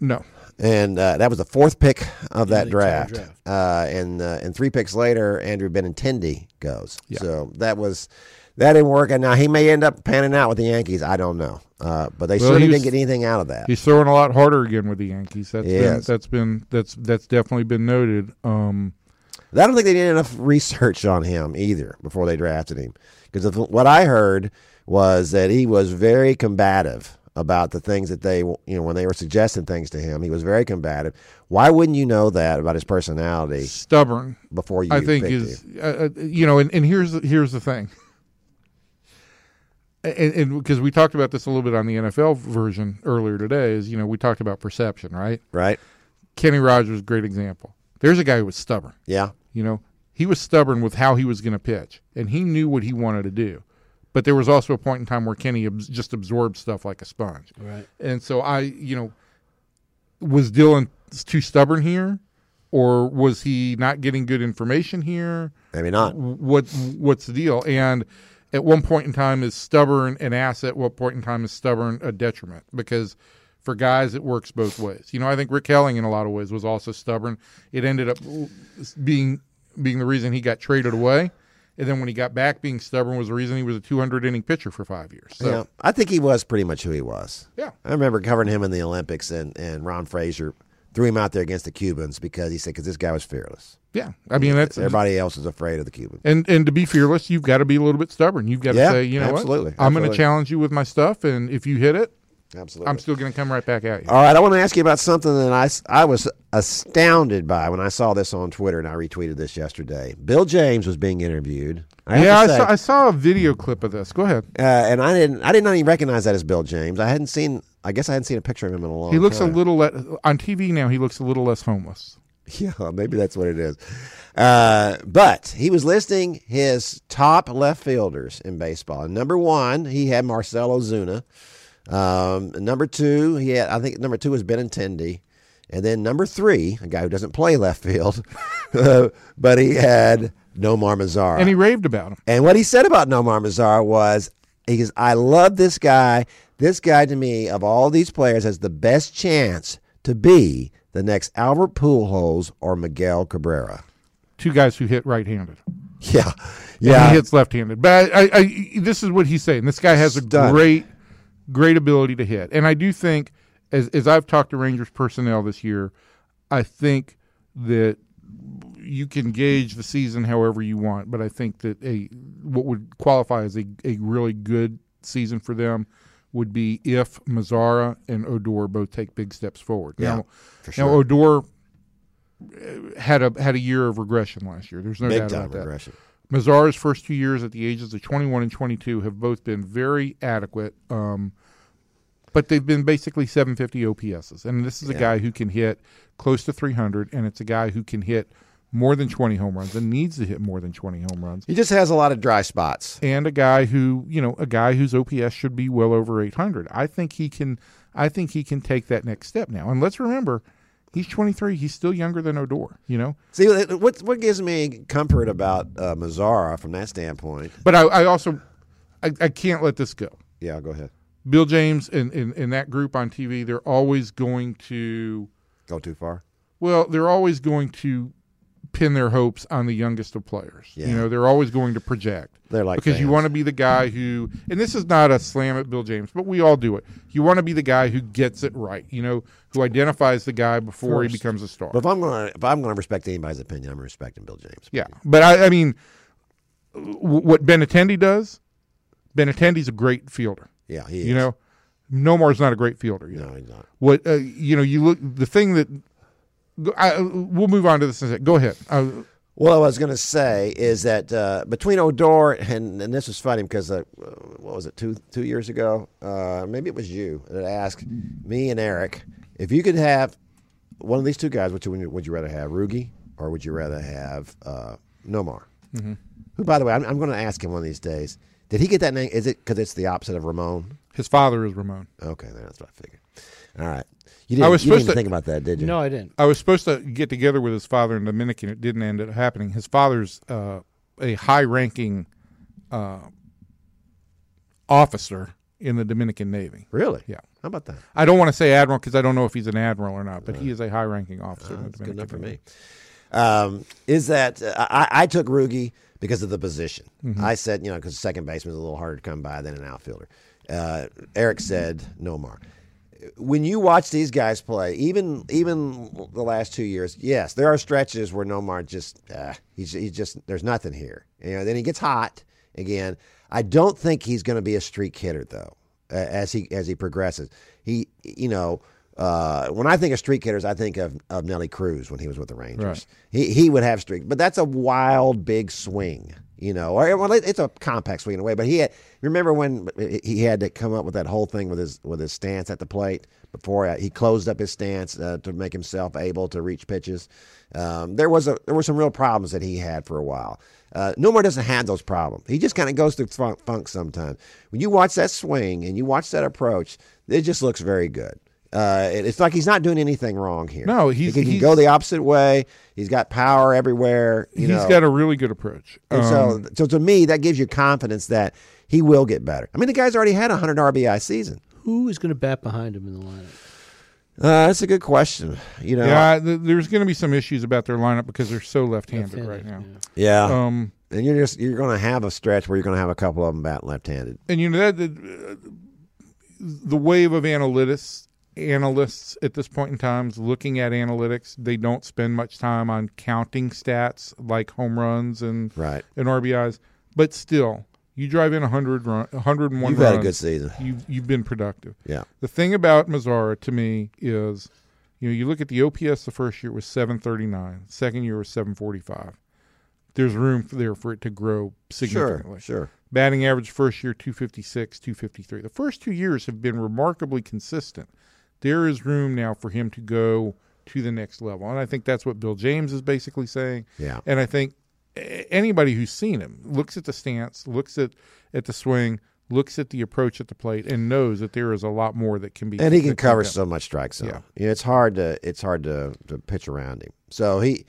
Speaker 2: No,
Speaker 3: and uh, that was the fourth pick of that
Speaker 4: the entire
Speaker 3: draft. Uh, and uh, and three picks later, Andrew Benintendi goes. So that was that didn't work, and now he may end up panning out with the Yankees. I don't know, uh, but they
Speaker 2: Well,
Speaker 3: certainly
Speaker 2: he
Speaker 3: didn't
Speaker 2: was-
Speaker 3: get anything out of that.
Speaker 2: he's throwing a lot harder again with the Yankees. That's
Speaker 3: He
Speaker 2: been,
Speaker 3: is.
Speaker 2: that's been that's that's definitely been noted. Um,
Speaker 3: I don't think they did enough research on him either before they drafted him. Because what I heard was that he was very combative about the things that they, you know, when they were suggesting things to him, he was very combative. Why wouldn't you know that about his personality
Speaker 2: stubborn,
Speaker 3: before you?
Speaker 2: I think,
Speaker 3: picked
Speaker 2: is
Speaker 3: him?
Speaker 2: uh, uh, you know, and, and here's the- here's the thing, and because we talked about this a little bit on the NFL version earlier today, is you know we talked about perception, right?
Speaker 3: right?
Speaker 2: Kenny Rogers, great example. There's a guy who was stubborn.
Speaker 3: Yeah,
Speaker 2: You know, he was stubborn with how he was going to pitch, and he knew what he wanted to do. But there was also a point in time where Kenny abs- just absorbed stuff like a sponge.
Speaker 4: Right.
Speaker 2: And so I, you know, was Dylan too stubborn here, or was he not getting good information here?
Speaker 3: maybe not.
Speaker 2: What what's the deal? And at one point in time is stubborn an asset. What point in time is stubborn a detriment? Because for guys, it works both ways. You know, I think Rick Helling in a lot of ways was also stubborn. It ended up being being the reason he got traded away, and then when he got back, being stubborn was the reason he was a 200 inning pitcher for five years. So
Speaker 3: yeah, I think he was pretty much who he was.
Speaker 2: Yeah.
Speaker 3: I remember covering him in the Olympics, and and Ron Frazier threw him out there against the Cubans because he said because this guy was fearless.
Speaker 2: yeah, I mean that's
Speaker 3: Everybody else is afraid of the Cubans.
Speaker 2: And and to be fearless, you've got to be a little bit stubborn. You've got to
Speaker 3: Yeah,
Speaker 2: say, you know
Speaker 3: absolutely,
Speaker 2: what, I'm going to
Speaker 3: absolutely.
Speaker 2: challenge you with my stuff, and if you hit it,
Speaker 3: Absolutely.
Speaker 2: I'm still going to come right back at you.
Speaker 3: All right, I want to ask you about something that I, s- I was astounded by when I saw this on Twitter, and I retweeted this yesterday. Bill James was being interviewed. I have
Speaker 2: yeah, I
Speaker 3: to say,
Speaker 2: saw, I saw a video clip of this. Go ahead.
Speaker 3: uh, and I didn't I did not even recognize that as Bill James. I hadn't seen I guess I hadn't seen a picture of him in a long.
Speaker 2: He looks a
Speaker 3: time.
Speaker 2: little le- on TV now. He looks a little less homeless.
Speaker 3: Yeah, maybe that's what it is. Uh, but he was listing his top left fielders in baseball. Number one, he had Marcelo Zuna. Um, number two, he had I think number two was Benintendi, and then number three, a guy who doesn't play left field, uh, but he had Nomar Mazara.
Speaker 2: And he raved about him.
Speaker 3: And what he said about Nomar Mazar was, he goes, I love this guy. This guy, to me, of all these players, has the best chance to be the next Albert Pujols or Miguel Cabrera.
Speaker 2: Two guys who hit right-handed.
Speaker 3: Yeah,
Speaker 2: And
Speaker 3: yeah.
Speaker 2: he hits left-handed. But I, I, I, this is what he's saying. This guy has a
Speaker 3: Stunning.
Speaker 2: great, great ability to hit. And I do think, as as I've talked to Rangers personnel this year, I think that you can gauge the season however you want. But I think that a what would qualify as a, a really good season for them would be if Mazzara and Odor both take big steps forward.
Speaker 3: Yeah,
Speaker 2: now,
Speaker 3: for
Speaker 2: now
Speaker 3: sure.
Speaker 2: Odor uh, had a had a year of regression last year. There's no
Speaker 3: Big
Speaker 2: doubt
Speaker 3: time
Speaker 2: about that.
Speaker 3: regression.
Speaker 2: Mazar's first two years at the ages of 21 and 22 have both been very adequate, um, but they've been basically 750 OPSs. And this is a guy who can hit close to 300, and it's a guy who can hit more than 20 home runs and needs to hit more than 20 home runs.
Speaker 3: He just has a lot of dry spots.
Speaker 2: And a guy who, you know, a guy whose OPS should be well over 800. I think he can. I think he can take that next step now. And let's remember, he's 23. He's still younger than Odor. You know.
Speaker 3: See, what what gives me comfort about uh, Mazzara from that standpoint?
Speaker 2: But I, I also, I, I can't let this go.
Speaker 3: Yeah, go ahead.
Speaker 2: Bill James and, and, and that group on TV, they're always going to
Speaker 3: Go too far.
Speaker 2: well, they're always going to pin their hopes on the youngest of players.
Speaker 3: Yeah.
Speaker 2: You know, they're always going to project.
Speaker 3: They're like
Speaker 2: because you
Speaker 3: fans.
Speaker 2: want to be the guy who and this is not a slam at Bill James, but we all do it. You want to be the guy who gets it right, you know, who identifies the guy before he becomes a star.
Speaker 3: But if I'm gonna if I'm gonna respect anybody's opinion, I'm respecting Bill James.
Speaker 2: Yeah, but I, I mean, w- what Benatendi does, Benatendi's a great fielder.
Speaker 3: yeah, he is.
Speaker 2: You know, Nomar's not a great fielder. You know?
Speaker 3: no, he's not.
Speaker 2: what uh, you know you look the thing that I, we'll move on to this in a sec. go ahead uh,
Speaker 3: Well, I was going to say is that uh, between Odor and, and this was funny because uh, what was it two two years ago? Uh, maybe it was you that asked me and Eric if you could have one of these two guys. Which would you, would you rather have, Rugi, or would you rather have uh, Nomar?
Speaker 2: Mm-hmm.
Speaker 3: Who, by the way, I'm, I'm going to ask him one of these days. Did he get that name? Is it because it's the opposite of Ramon?
Speaker 2: his father is ramon
Speaker 3: Okay, that's what I figured. All right, you didn't,
Speaker 2: was
Speaker 3: you
Speaker 2: supposed
Speaker 3: didn't even
Speaker 2: to-
Speaker 3: think about that, did you?
Speaker 4: No, I didn't.
Speaker 2: i was supposed to get together with his father in dominican it didn't end up happening his father's uh, a high ranking uh, officer in the dominican navy
Speaker 3: really?
Speaker 2: Yeah.
Speaker 3: How about that?
Speaker 2: i don't want to say admiral because i don't know if he's an admiral or not but he is a high ranking officer in the
Speaker 3: That's good
Speaker 2: dominican
Speaker 3: enough for
Speaker 2: navy.
Speaker 3: me. Um, is that uh, I, I took Rugi because of the position. I said, you know, because second baseman is a little harder to come by than an outfielder. Uh, Eric said Nomar. When you watch these guys play, even even the last two years, yes, there are stretches where Nomar just uh, he's he's just there's nothing here. You know, then he gets hot again. I don't think he's going to be a streak hitter though uh, as he as he progresses. He you know uh, when I think of streak hitters, I think of of Nelly Cruz when he was with the Rangers.
Speaker 2: Right.
Speaker 3: He he would have streak, but that's a wild big swing, you know. Or well, it- it's a compact swing in a way. But he had remember when he had to come up with that whole thing with his with his stance at the plate before uh, he closed up his stance uh, to make himself able to reach pitches. Um, there was a there were some real problems that he had for a while. Uh, Nomar doesn't have those problems. He just kind of goes through funk, funk sometimes. When you watch that swing and you watch that approach, it just looks very good. Uh, it- it's like he's not doing anything wrong here.
Speaker 2: No, he's-
Speaker 3: he can
Speaker 2: he's-
Speaker 3: go the opposite way. He's got power everywhere. You
Speaker 2: He's
Speaker 3: know,
Speaker 2: got a really good approach Um,
Speaker 3: and so so to me that gives you confidence that he will get better. I mean, the guy's already had a hundred RBI season.
Speaker 4: Who is going to bat behind him in the lineup?
Speaker 3: Uh, that's a good question. You know,
Speaker 2: yeah, th- there's going to be some issues about their lineup because they're so left-handed, right now.
Speaker 3: yeah.
Speaker 2: Um,
Speaker 3: and you're just you're going to have a stretch where you're going to have a couple of them bat left-handed.
Speaker 2: and you know that the, the wave of analytics analysts at this point in time is looking at analytics they don't spend much time on counting stats like home runs and
Speaker 3: Right.
Speaker 2: and RBIs but still you drive in 100 run, 101
Speaker 3: You've had a
Speaker 2: runs,
Speaker 3: good season.
Speaker 2: you've, you've been productive
Speaker 3: Yeah.
Speaker 2: the thing about Mazzara to me is, you know, you look at the OPS the first year was 739, second year was 745. There's room for, there for it to grow significantly.
Speaker 3: sure.
Speaker 2: Batting average first year 256, 253. The first two years have been remarkably consistent. There is room now for him to go to the next level. And I think that's what Bill James is basically saying.
Speaker 3: Yeah.
Speaker 2: And I think a- anybody who's seen him looks at the stance, looks at at the swing, looks at the approach at the plate, and knows that there is a lot more that can be.
Speaker 3: and he can
Speaker 2: that
Speaker 3: cover
Speaker 2: done.
Speaker 3: so much strike zone.
Speaker 2: Yeah.
Speaker 3: You know, it's hard to it's hard to, to pitch around him. So he,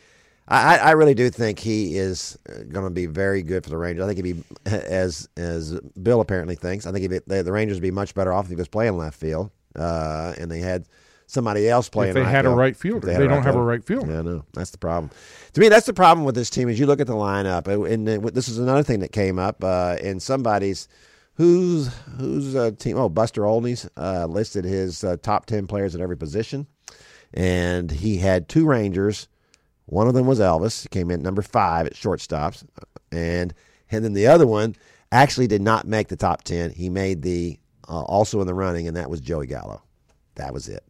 Speaker 3: I, I I really do think he is going to be very good for the Rangers. I think he'd be as as Bill apparently thinks. I think he'd be, the Rangers would be much better off if he was playing left field uh, and they had somebody else playing.
Speaker 2: If they
Speaker 3: right
Speaker 2: had a
Speaker 3: field.
Speaker 2: right
Speaker 3: If
Speaker 2: fielder,
Speaker 3: had
Speaker 2: they don't have a
Speaker 3: fielder.
Speaker 2: right fielder.
Speaker 3: Yeah, I know. That's the problem. To me, that's the problem with this team is you look at the lineup, and- and then this is another thing that came up uh, in somebody's who's who's uh, team. Oh, Buster Olney's uh, listed his uh, top ten players at every position, and he had two Rangers. One of them was Elvis. He came in number five at shortstops, and and then the other one actually did not make the top ten. He made the uh, also in the running, and that was Joey Gallo. That was it.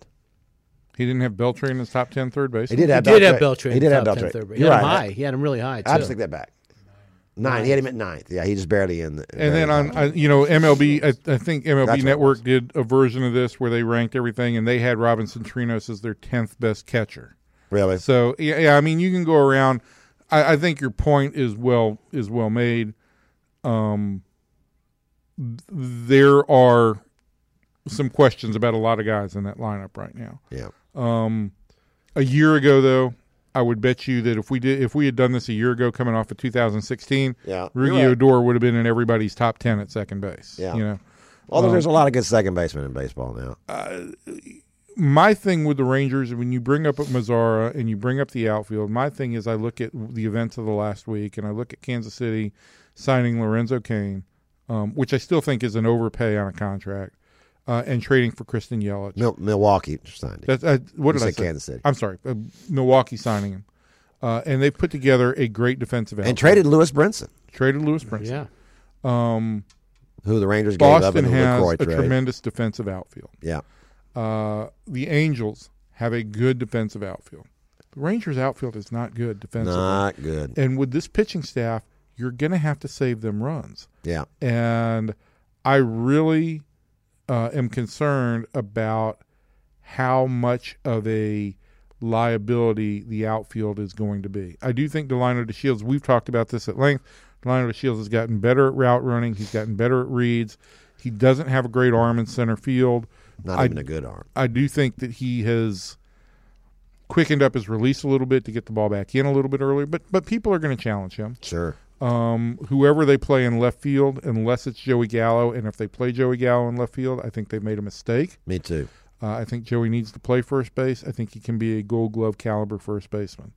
Speaker 2: He didn't have Beltran in his top ten third base.
Speaker 3: He did have
Speaker 4: He did have Beltran.
Speaker 3: Beltran. He did have
Speaker 4: top
Speaker 3: Beltran.
Speaker 4: 10 third base. He
Speaker 3: You're
Speaker 4: had him high.
Speaker 3: right.
Speaker 4: He had him really high too.
Speaker 3: I just take that back. Nine. He had him at ninth. Yeah, he just barely in. The,
Speaker 2: And then on, uh, you know, MLB, I, I think MLB
Speaker 3: That's what it
Speaker 2: Network did a version of this where they ranked everything, and they had Robinson Trinos as their tenth best catcher.
Speaker 3: really.
Speaker 2: So yeah, yeah, I mean, you can go around. I, I think your point is well is well made. Um, there are some questions about a lot of guys in that lineup right now.
Speaker 3: Yeah.
Speaker 2: A year ago, though, I would bet you that if we did, if we had done this a year ago, coming off of 2016,
Speaker 3: Yeah, you're
Speaker 2: Ruggie
Speaker 3: right.
Speaker 2: Odor would have been in everybody's top ten at second base.
Speaker 3: Yeah.
Speaker 2: you know.
Speaker 3: Although there's a lot of good second basemen in baseball now.
Speaker 2: my thing with the Rangers, when you bring up Mazzara and you bring up the outfield, my thing is I look at the events of the last week and I look at Kansas City signing Lorenzo Kane, um, which I still think is an overpay on a contract, uh, and trading for Kristen Yelich.
Speaker 3: Mil- Milwaukee just signed him.
Speaker 2: That's, I, what
Speaker 3: You
Speaker 2: did I
Speaker 3: said
Speaker 2: say?
Speaker 3: Kansas City.
Speaker 2: I'm sorry, uh, Milwaukee signing him, uh, and they've put together a great defensive outfield.
Speaker 3: and traded Lewis Brinson,
Speaker 2: traded Lewis Prince.
Speaker 4: Yeah.
Speaker 3: who the Rangers gave
Speaker 2: Boston
Speaker 3: up in the
Speaker 2: has
Speaker 3: LaCroix
Speaker 2: a
Speaker 3: trade.
Speaker 2: tremendous defensive outfield.
Speaker 3: yeah,
Speaker 2: Uh, the Angels have a good defensive outfield. The Rangers' outfield is not good defensively.
Speaker 3: not good.
Speaker 2: And with this pitching staff, you're going to have to save them runs.
Speaker 3: Yeah,
Speaker 2: And I really uh, am concerned about how much of a liability the outfield is going to be. I do think Delino DeShields, we've talked about this at length. Delino DeShields has gotten better at route running, he's gotten better at reads. He doesn't have a great arm in center field.
Speaker 3: not
Speaker 2: I-
Speaker 3: even a good arm.
Speaker 2: I do think that he has quickened up his release a little bit to get the ball back in a little bit earlier. But but people are going to challenge him.
Speaker 3: Sure.
Speaker 2: Um, whoever they play in left field, unless it's Joey Gallo, and if they play Joey Gallo in left field, I think they've made a mistake.
Speaker 3: Me too.
Speaker 2: Uh, I think Joey needs to play first base. I think he can be a Gold Glove caliber first baseman.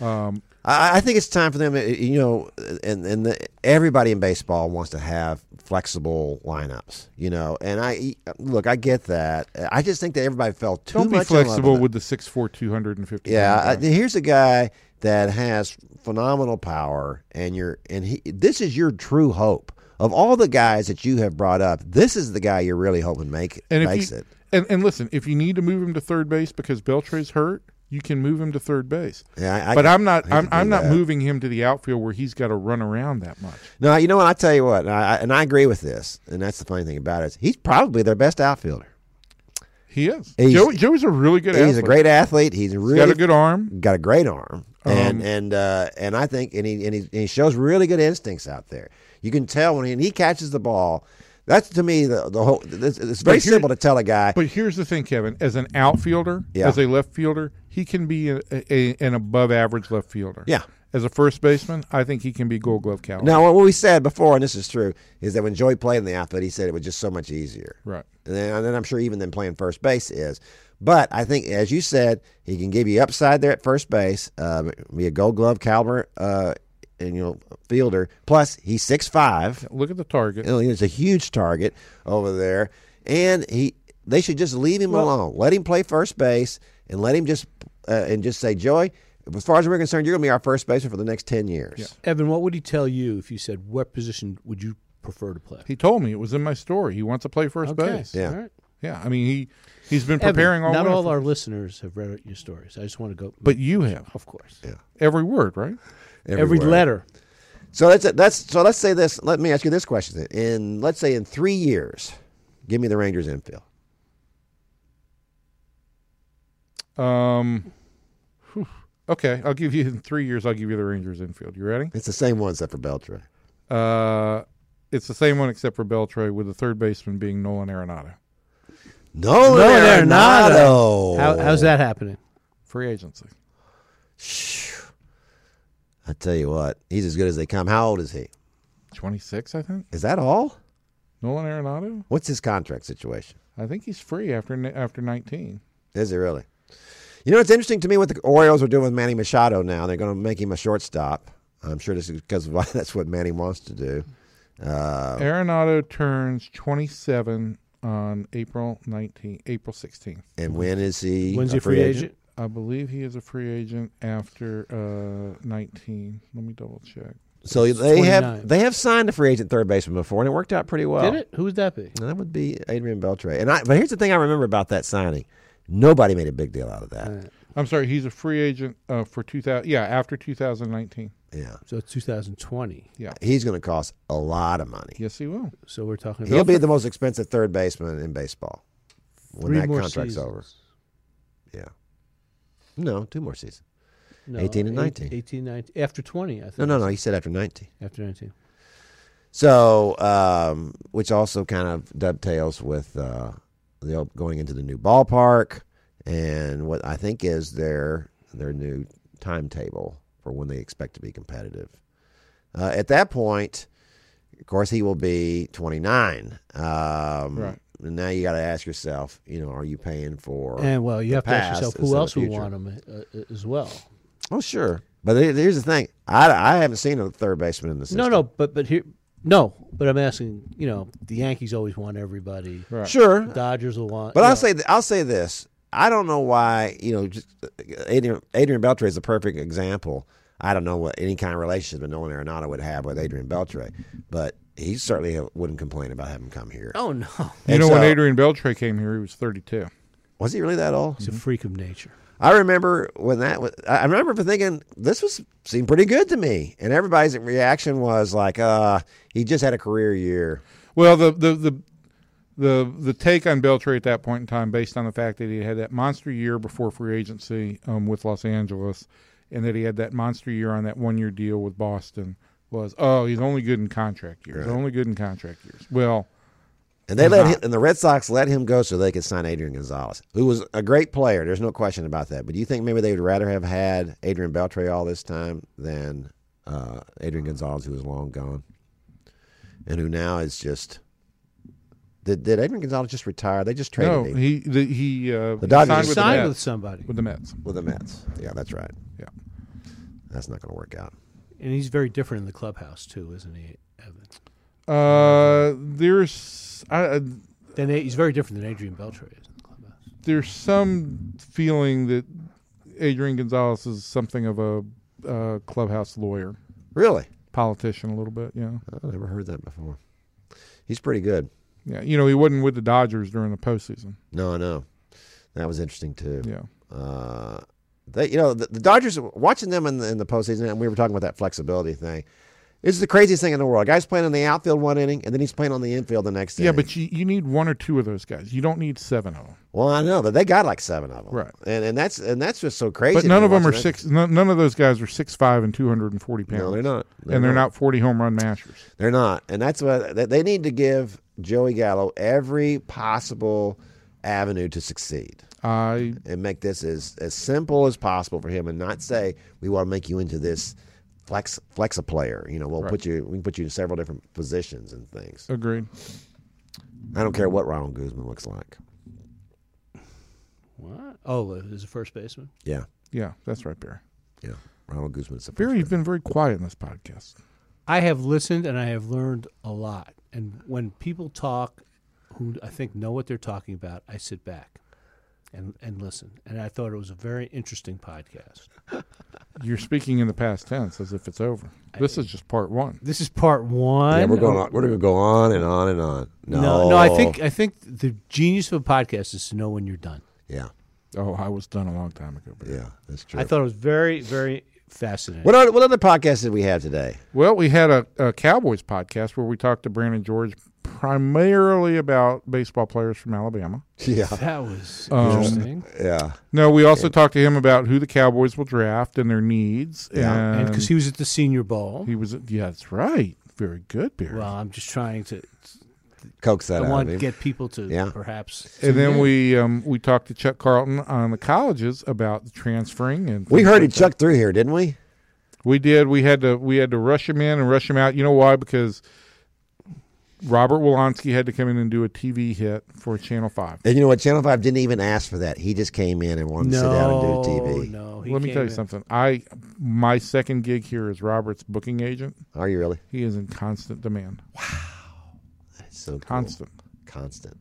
Speaker 2: Um,
Speaker 3: I, I think it's time for them. eh, You know, and and the, everybody in baseball wants to have flexible lineups. You know, and I eh, look, I get that. I just think that everybody fell too
Speaker 2: Don't
Speaker 3: much.
Speaker 2: be
Speaker 3: in love
Speaker 2: flexible
Speaker 3: with it.
Speaker 2: with the six four two hundred and fifty.
Speaker 3: Yeah, I, here's a guy that has phenomenal power, and you're and he. This is your true hope of all the guys that you have brought up. This is the guy you're really hoping make
Speaker 2: and if
Speaker 3: makes
Speaker 2: you,
Speaker 3: it.
Speaker 2: And, and listen, if you need to move him to third base because Beltre's hurt, you can move him to third base.
Speaker 3: Yeah, I- I
Speaker 2: but
Speaker 3: can-
Speaker 2: I'm not.
Speaker 3: I can
Speaker 2: I'm,
Speaker 3: do
Speaker 2: I'm not
Speaker 3: that.
Speaker 2: moving him to the outfield where he's got to run around that much.
Speaker 3: No, you know what? I tell you what, and I, and I agree with this, and that's the funny thing about it. Is he's probably their best outfielder.
Speaker 2: He is.
Speaker 3: He's-
Speaker 2: Joey, Joey's a really good.
Speaker 3: He's a
Speaker 2: athlete.
Speaker 3: great athlete. He's
Speaker 2: He's
Speaker 3: really
Speaker 2: got a good arm.
Speaker 3: got a great arm, and
Speaker 2: Um,
Speaker 3: and uh, and I think and he, and he and he shows really good instincts out there. You can tell when he, and he catches the ball. That's to me the the whole. It's, it's very
Speaker 2: here-
Speaker 3: simple to tell a guy.
Speaker 2: But here's the thing, Kevin. As an outfielder,
Speaker 3: Yeah.
Speaker 2: as a left fielder, he can be a, a, an above-average left fielder.
Speaker 3: Yeah.
Speaker 2: As a first baseman, I think he can be Gold Glove caliber.
Speaker 3: Now, what we said before, and this is true, is that when Joey played in the outfield, he said it was just so much easier.
Speaker 2: Right.
Speaker 3: And then, and then I'm sure even then playing first base is. But I think, as you said, he can give you upside there at first base, uh, be a Gold Glove caliber, uh, and, you know, fielder. Plus, he's six five.
Speaker 2: Look at the target.
Speaker 3: You know, He's Oh, a huge target over there, and he they should just leave him alone. Let him play first base, and let him just uh, and just say, Joey, as far as we're concerned, you're going to be our first baseman for the next ten years.
Speaker 4: Evan, what would he tell you if you said what position would you prefer to play?
Speaker 2: He told me it was in my story. He wants to play first base.
Speaker 3: Yeah.
Speaker 4: All right.
Speaker 2: Yeah. I mean, he he's been
Speaker 4: Evan,
Speaker 2: preparing all.
Speaker 4: not
Speaker 2: winter
Speaker 4: all
Speaker 2: for-
Speaker 4: our listeners have read your stories. I just want to go.
Speaker 2: But you have
Speaker 4: of course,
Speaker 2: every word, right?
Speaker 4: every
Speaker 3: Everywhere.
Speaker 4: letter.
Speaker 3: So that's it. That's so. Let's say this. Let me ask you this question. In let's say in three years, give me the Rangers infield.
Speaker 2: Um, Okay, I'll give you in three years. I'll give you the Rangers infield. You ready?
Speaker 3: It's the same one except for Beltre.
Speaker 2: Uh, it's the same one except for Beltray, with the third baseman being Nolan Arenado,
Speaker 3: No,
Speaker 4: Nolan
Speaker 3: Arenado.
Speaker 4: How, how's that happening?
Speaker 2: free agency.
Speaker 3: I tell you what, he's as good as they come. How old is he?
Speaker 2: Twenty six, I think.
Speaker 3: Is that all?
Speaker 2: Nolan Arenado.
Speaker 3: What's his contract situation?
Speaker 2: I think he's free after ni- after nineteen.
Speaker 3: Is he really? You know, it's interesting to me what the Orioles are doing with Manny Machado now. They're going to make him a shortstop. I'm sure this is because of that's what Manny wants to do. Uh,
Speaker 2: Arenado turns twenty seven on April nineteen, April sixteenth.
Speaker 3: and when is he?
Speaker 4: When's
Speaker 3: a
Speaker 4: your free agent?
Speaker 2: I believe he is a free agent after uh, nineteen. Let me double check.
Speaker 3: So they have
Speaker 4: 29.
Speaker 3: they have signed a free agent third baseman before, and it worked out pretty well.
Speaker 4: Did it? Who would that be?
Speaker 3: And that would be Adrian Beltre. And I, but here's the thing I remember about that signing: nobody made a big deal out of that.
Speaker 2: I'm sorry, he's a free agent uh, for two thousand. Yeah, after two thousand nineteen.
Speaker 3: Yeah,
Speaker 4: So it's 2020.
Speaker 3: he's going to cost a lot of money.
Speaker 2: Yes, he will.
Speaker 4: So we're talking
Speaker 3: He'll
Speaker 4: about
Speaker 3: be the most expensive third baseman in baseball when
Speaker 4: three
Speaker 3: that
Speaker 4: more
Speaker 3: contract's
Speaker 4: seasons.
Speaker 3: over. Yeah. No, two more seasons.
Speaker 4: No,
Speaker 3: 18 and
Speaker 4: eight-
Speaker 3: 19.
Speaker 4: 18, 19. After 20, I think.
Speaker 3: No, no, no. He said after 19.
Speaker 4: After 19.
Speaker 3: So, um, which also kind of dovetails with uh, the op- going into the new ballpark and what I think is their their new timetable for when they expect to be competitive. Uh, at that point, of course, he will be 29. Um,
Speaker 2: Right.
Speaker 3: And now you got to ask yourself, you know, are you paying for?
Speaker 4: And well, you have to
Speaker 3: past
Speaker 4: ask yourself
Speaker 3: instead
Speaker 4: who
Speaker 3: of
Speaker 4: else would
Speaker 3: future.
Speaker 4: want him uh, uh, as well.
Speaker 3: oh, sure. But here- here's the thing: I, I haven't seen a third baseman in the system.
Speaker 4: No, no, but but here, no, but I'm asking. You know, the Yankees always want everybody.
Speaker 2: Right.
Speaker 3: Sure,
Speaker 4: Dodgers will want.
Speaker 3: But
Speaker 4: you
Speaker 3: I'll
Speaker 4: know,
Speaker 3: say th- I'll say this. I don't know why you know just uh, Adrian Adrian Beltre is a perfect example. I don't know what any kind of relationship that Nolan Arenado would have with Adrian Beltre, but he certainly wouldn't complain about having come here.
Speaker 4: Oh no,
Speaker 2: You
Speaker 3: And
Speaker 2: know, when
Speaker 3: so-
Speaker 2: Adrian Beltre came here, he was 32.
Speaker 3: Was he really that old?
Speaker 4: it's a freak of nature.
Speaker 3: I remember when that was. I remember thinking this was seemed pretty good to me, and everybody's reaction was like, "Uh, he just had a career year."
Speaker 2: Well, the the the the, the take on Beltre at that point in time, based on the fact that he had that monster year before free agency um, with Los Angeles, and that he had that monster year on that one year deal with Boston, was oh he's only good in contract years, only good in contract years. Well,
Speaker 3: And they
Speaker 2: Mm-hmm.
Speaker 3: let him, and the Red Sox let him go so they could sign Adrian Gonzalez, who was a great player. There's no question about that. But do you think maybe they would rather have had Adrian Beltre all this time than uh, Adrian Gonzalez, who was long gone, and who now is just did did Adrian Gonzalez just retire? They just traded
Speaker 2: no,
Speaker 3: him
Speaker 2: he the, he uh,
Speaker 3: The Dodgers
Speaker 2: signed, with,
Speaker 4: Sign
Speaker 2: the
Speaker 4: with
Speaker 2: Mets,
Speaker 4: somebody,
Speaker 2: with the Mets.
Speaker 3: with the Mets. Yeah, that's right.
Speaker 2: Yeah.
Speaker 3: That's not going to work out.
Speaker 4: and he's very different in the clubhouse too, isn't he, Evan?
Speaker 2: Uh, there's I, I-
Speaker 4: Then he's very different than Adrian Beltre is in the clubhouse.
Speaker 2: there's some feeling that Adrian Gonzalez is something of a uh, clubhouse lawyer,
Speaker 3: Really,
Speaker 2: politician a little bit. Yeah,
Speaker 3: I never heard that before. He's pretty good.
Speaker 2: yeah. You know, he wasn't with the Dodgers during the postseason.
Speaker 3: No, I know. That was interesting too.
Speaker 2: Yeah,
Speaker 3: Uh, they, you know, the, the Dodgers watching them in the, in the postseason, and we were talking about that flexibility thing. It's the craziest thing in the world. A guy's playing in the outfield one inning, and then he's playing on the infield the next.
Speaker 2: yeah.
Speaker 3: inning.
Speaker 2: But you, you need one or two of those guys. You don't need seven of them.
Speaker 3: well, I know, but they got like seven of them,
Speaker 2: Right.
Speaker 3: And and that's and that's just so crazy.
Speaker 2: But
Speaker 3: to
Speaker 2: none
Speaker 3: me
Speaker 2: of them are
Speaker 3: watching that.
Speaker 2: six. None, none of those guys are six five and two hundred and forty pounds.
Speaker 3: No, they're not.
Speaker 2: and they're not forty home run mashers.
Speaker 3: They're not. And that's what they- they need to give Joey Gallo every possible avenue to succeed.
Speaker 2: I
Speaker 3: and make this as, as simple as possible for him and not say we want to make you into this flex flex a player. You know, we'll put you we can put you in several different positions and things.
Speaker 2: agreed.
Speaker 3: I don't care what Ronald Guzman looks like.
Speaker 4: What? Oh, is a first baseman.
Speaker 3: Yeah.
Speaker 2: Yeah, that's right, Barry.
Speaker 3: Yeah. Ronald Guzman's a
Speaker 2: Barry, you've been very quiet in this podcast.
Speaker 4: I have listened and I have learned a lot. And when people talk who I think know what they're talking about, I sit back and and listen. And I thought it was a very interesting podcast.
Speaker 2: You're speaking in the past tense as if it's over. This is just part one.
Speaker 4: This is part one.
Speaker 3: Yeah, we're going on, we're gonna go on and on and on. No,
Speaker 4: No, no, I think I think the genius of a podcast is to know when you're done.
Speaker 3: Yeah.
Speaker 2: Oh, I was done a long time ago. Barry.
Speaker 3: Yeah, that's true.
Speaker 4: I thought it was very, very fascinating.
Speaker 3: What, are, what other podcasts did we have today?
Speaker 2: Well, we had a, a Cowboys podcast where we talked to Brandon George primarily about baseball players from Alabama.
Speaker 3: Yeah.
Speaker 4: That was
Speaker 2: Um,
Speaker 4: interesting.
Speaker 3: Yeah.
Speaker 2: No, we also talked to him about who the Cowboys will draft and their needs.
Speaker 3: Yeah.
Speaker 2: And
Speaker 4: and because he was at the Senior Bowl.
Speaker 2: um, he was, yeah, that's right. Very good, Barry.
Speaker 4: Well, I'm just trying to.
Speaker 3: Coax that
Speaker 4: I
Speaker 3: out
Speaker 4: want
Speaker 3: of
Speaker 4: to
Speaker 3: him.
Speaker 4: get people to
Speaker 3: Yeah.
Speaker 4: perhaps.
Speaker 2: and then we um, we talked to Chuck Carlton on the colleges about the transferring and
Speaker 3: we
Speaker 2: things
Speaker 3: heard
Speaker 2: like
Speaker 3: it chuck through here, didn't we?
Speaker 2: We did. We had to we had to rush him in and rush him out. You know why? Because Robert Wolanski had to come in and do a TV hit for Channel Five.
Speaker 3: And you know what? Channel 5 didn't even ask for that. He just came in and wanted to sit down and
Speaker 4: No,
Speaker 3: do TV.
Speaker 4: no. he
Speaker 2: Let me
Speaker 4: came
Speaker 2: tell you
Speaker 4: in.
Speaker 2: something. I my second gig here is Robert's booking agent.
Speaker 3: Are you really?
Speaker 2: He is in constant demand.
Speaker 3: That's so cool.
Speaker 2: Constant.
Speaker 3: Constant.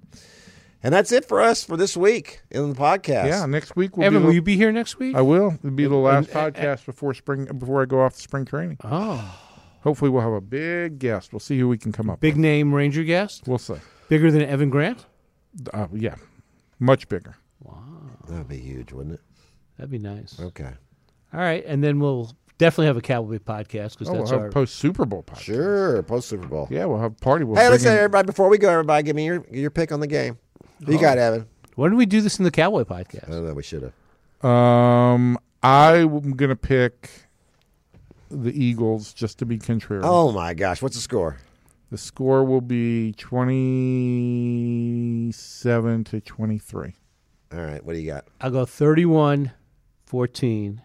Speaker 3: And that's it for us for this week in the podcast.
Speaker 2: Yeah. Next week we'll
Speaker 4: Evan,
Speaker 2: be.
Speaker 4: will you be here next week?
Speaker 2: I will. It'll be the last podcast before spring before I go off to spring training.
Speaker 4: oh,
Speaker 2: Hopefully we'll have a big guest. We'll see who we can come up.
Speaker 4: big
Speaker 2: with.
Speaker 4: name Ranger guest,
Speaker 2: We'll see.
Speaker 4: bigger than Evan Grant.
Speaker 2: Uh, yeah. Much bigger.
Speaker 3: That would be huge, wouldn't it?
Speaker 4: That'd be nice.
Speaker 3: Okay.
Speaker 4: All right, and then we'll definitely have a Cowboy podcast because
Speaker 2: Oh, we'll
Speaker 4: that's
Speaker 2: have
Speaker 4: our
Speaker 2: post Super Bowl podcast.
Speaker 3: Sure. Post Super Bowl.
Speaker 2: Yeah, we'll have party. We'll
Speaker 3: Hey,
Speaker 2: bring
Speaker 3: let's say
Speaker 2: in-
Speaker 3: everybody before we go, everybody, give me your, your pick on the game. Who you got,
Speaker 2: Oh.
Speaker 3: Evan?
Speaker 4: Why didn't we do this in the Cowboy
Speaker 3: I
Speaker 4: podcast?
Speaker 3: don't know. We should have.
Speaker 2: Um, I'm gonna pick the Eagles just to be contrary.
Speaker 3: Oh my gosh, what's the score?
Speaker 2: The score will be 27 to 23.
Speaker 3: All right, what do you got?
Speaker 4: I'll go 31 14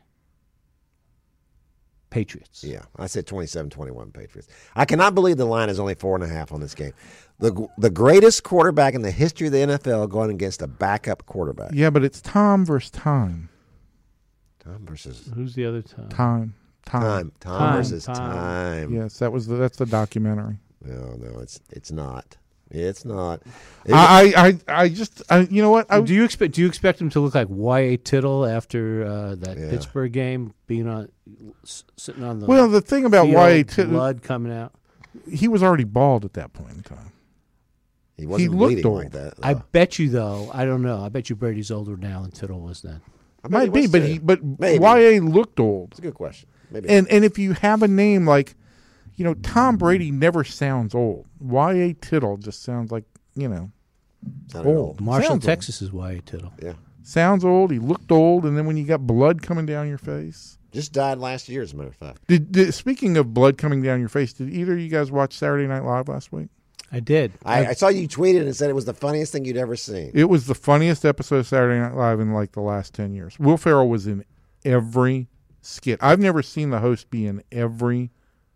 Speaker 4: Patriots.
Speaker 3: Yeah, I said 27-21 Patriots. I cannot believe the line is only four and a half on this game. The the greatest quarterback in the history of the NFL going against a backup quarterback.
Speaker 2: Yeah, but it's Tom versus time.
Speaker 3: Time versus
Speaker 4: Who's the other time?
Speaker 2: Time. Time.
Speaker 3: time. Time,
Speaker 4: Time,
Speaker 3: versus
Speaker 4: time.
Speaker 3: time.
Speaker 2: Yes, that was the, that's the documentary.
Speaker 3: No, no, it's it's not. It's not.
Speaker 2: I, I, I, I just, I, you know what? I,
Speaker 4: Oh, do you expect do you expect him to look like Y.A. Tittle after uh, that
Speaker 3: Yeah.
Speaker 4: Pittsburgh game, being on s- sitting on the
Speaker 2: well, the thing about
Speaker 4: field,
Speaker 2: YA,
Speaker 4: blood coming out?
Speaker 2: he was already bald at that point in time.
Speaker 3: he wasn't
Speaker 2: looked
Speaker 3: bleeding
Speaker 2: old.
Speaker 3: like that.
Speaker 4: I bet you though. I don't know. I bet you Brady's older now than Tittle was then.
Speaker 3: I bet
Speaker 2: Might be,
Speaker 3: was
Speaker 2: but
Speaker 3: too.
Speaker 2: he, but
Speaker 3: Maybe.
Speaker 2: YA looked old.
Speaker 3: It's a good question. Maybe.
Speaker 2: and and if you have a name like, you know, Tom Brady never sounds old. Y. A. Tittle just sounds like you know
Speaker 3: Sounded
Speaker 2: old.
Speaker 4: Marshall,
Speaker 2: Sounds
Speaker 4: Texas is Y.A. Tittle.
Speaker 3: Yeah.
Speaker 2: Old. Sounds old. He looked old, and then when you got blood coming down your face.
Speaker 3: Just died last year, as a matter of fact.
Speaker 2: Did, did speaking of blood coming down your face, did either of you guys watch Saturday Night Live last week?
Speaker 4: I did.
Speaker 3: I, I saw you tweeted and said it was the funniest thing you'd ever seen.
Speaker 2: It was the funniest episode of Saturday Night Live in like the last ten years. Will Ferrell was in every skit. I've never seen the host be in every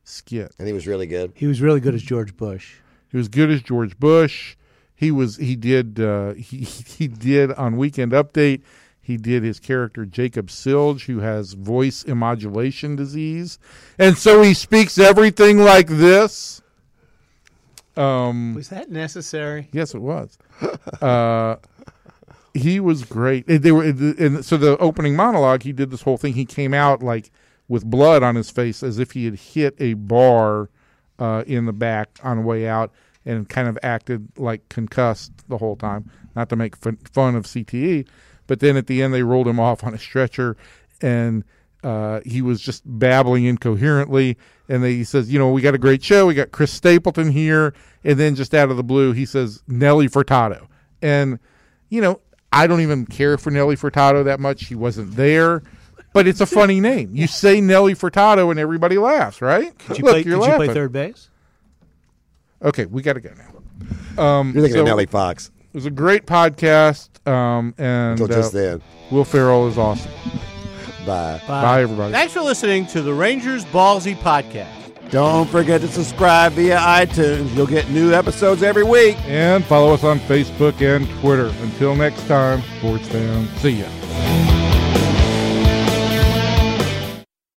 Speaker 2: skit.
Speaker 3: And he was really good.
Speaker 4: He was really good as George Bush.
Speaker 2: He was good as George Bush. He was he did uh, he he did on Weekend Update. He did his character Jacob Silge, who has voice immodulation disease, and so he speaks everything like this. Um.
Speaker 4: Was that necessary?
Speaker 2: Yes, it was. Uh, he was great. And They were, and so the opening monologue. He did this whole thing. He came out like with blood on his face, as if he had hit a bar uh, in the back on the way out, and kind of acted like concussed the whole time. Not to make fun, fun of CTE, but then at the end they rolled him off on a stretcher, and uh, he was just babbling incoherently. And they, he says, "You know, we got a great show. We got Chris Stapleton here." And then just out of the blue, he says, "Nelly Furtado," and you know, I don't even care for Nelly Furtado that much. He wasn't there. But it's a funny name. You say Nelly Furtado and everybody laughs, right?
Speaker 4: Did you,
Speaker 2: Look,
Speaker 4: play,
Speaker 2: you're
Speaker 4: did you play
Speaker 2: laughing.
Speaker 4: third base?
Speaker 2: Okay, we got to go now. Um,
Speaker 3: You're thinking
Speaker 2: so
Speaker 3: of Nelly Fox.
Speaker 2: It was a great podcast, um, and
Speaker 3: Until just
Speaker 2: uh,
Speaker 3: then.
Speaker 2: Will Ferrell is awesome.
Speaker 3: Bye.
Speaker 4: Uh,
Speaker 2: Bye, everybody.
Speaker 5: Thanks for listening to the Rangers Ballsy Podcast.
Speaker 3: Don't forget to subscribe via iTunes. You'll get new episodes every week.
Speaker 2: And follow us on Facebook and Twitter. Until next time, sports fans, see ya.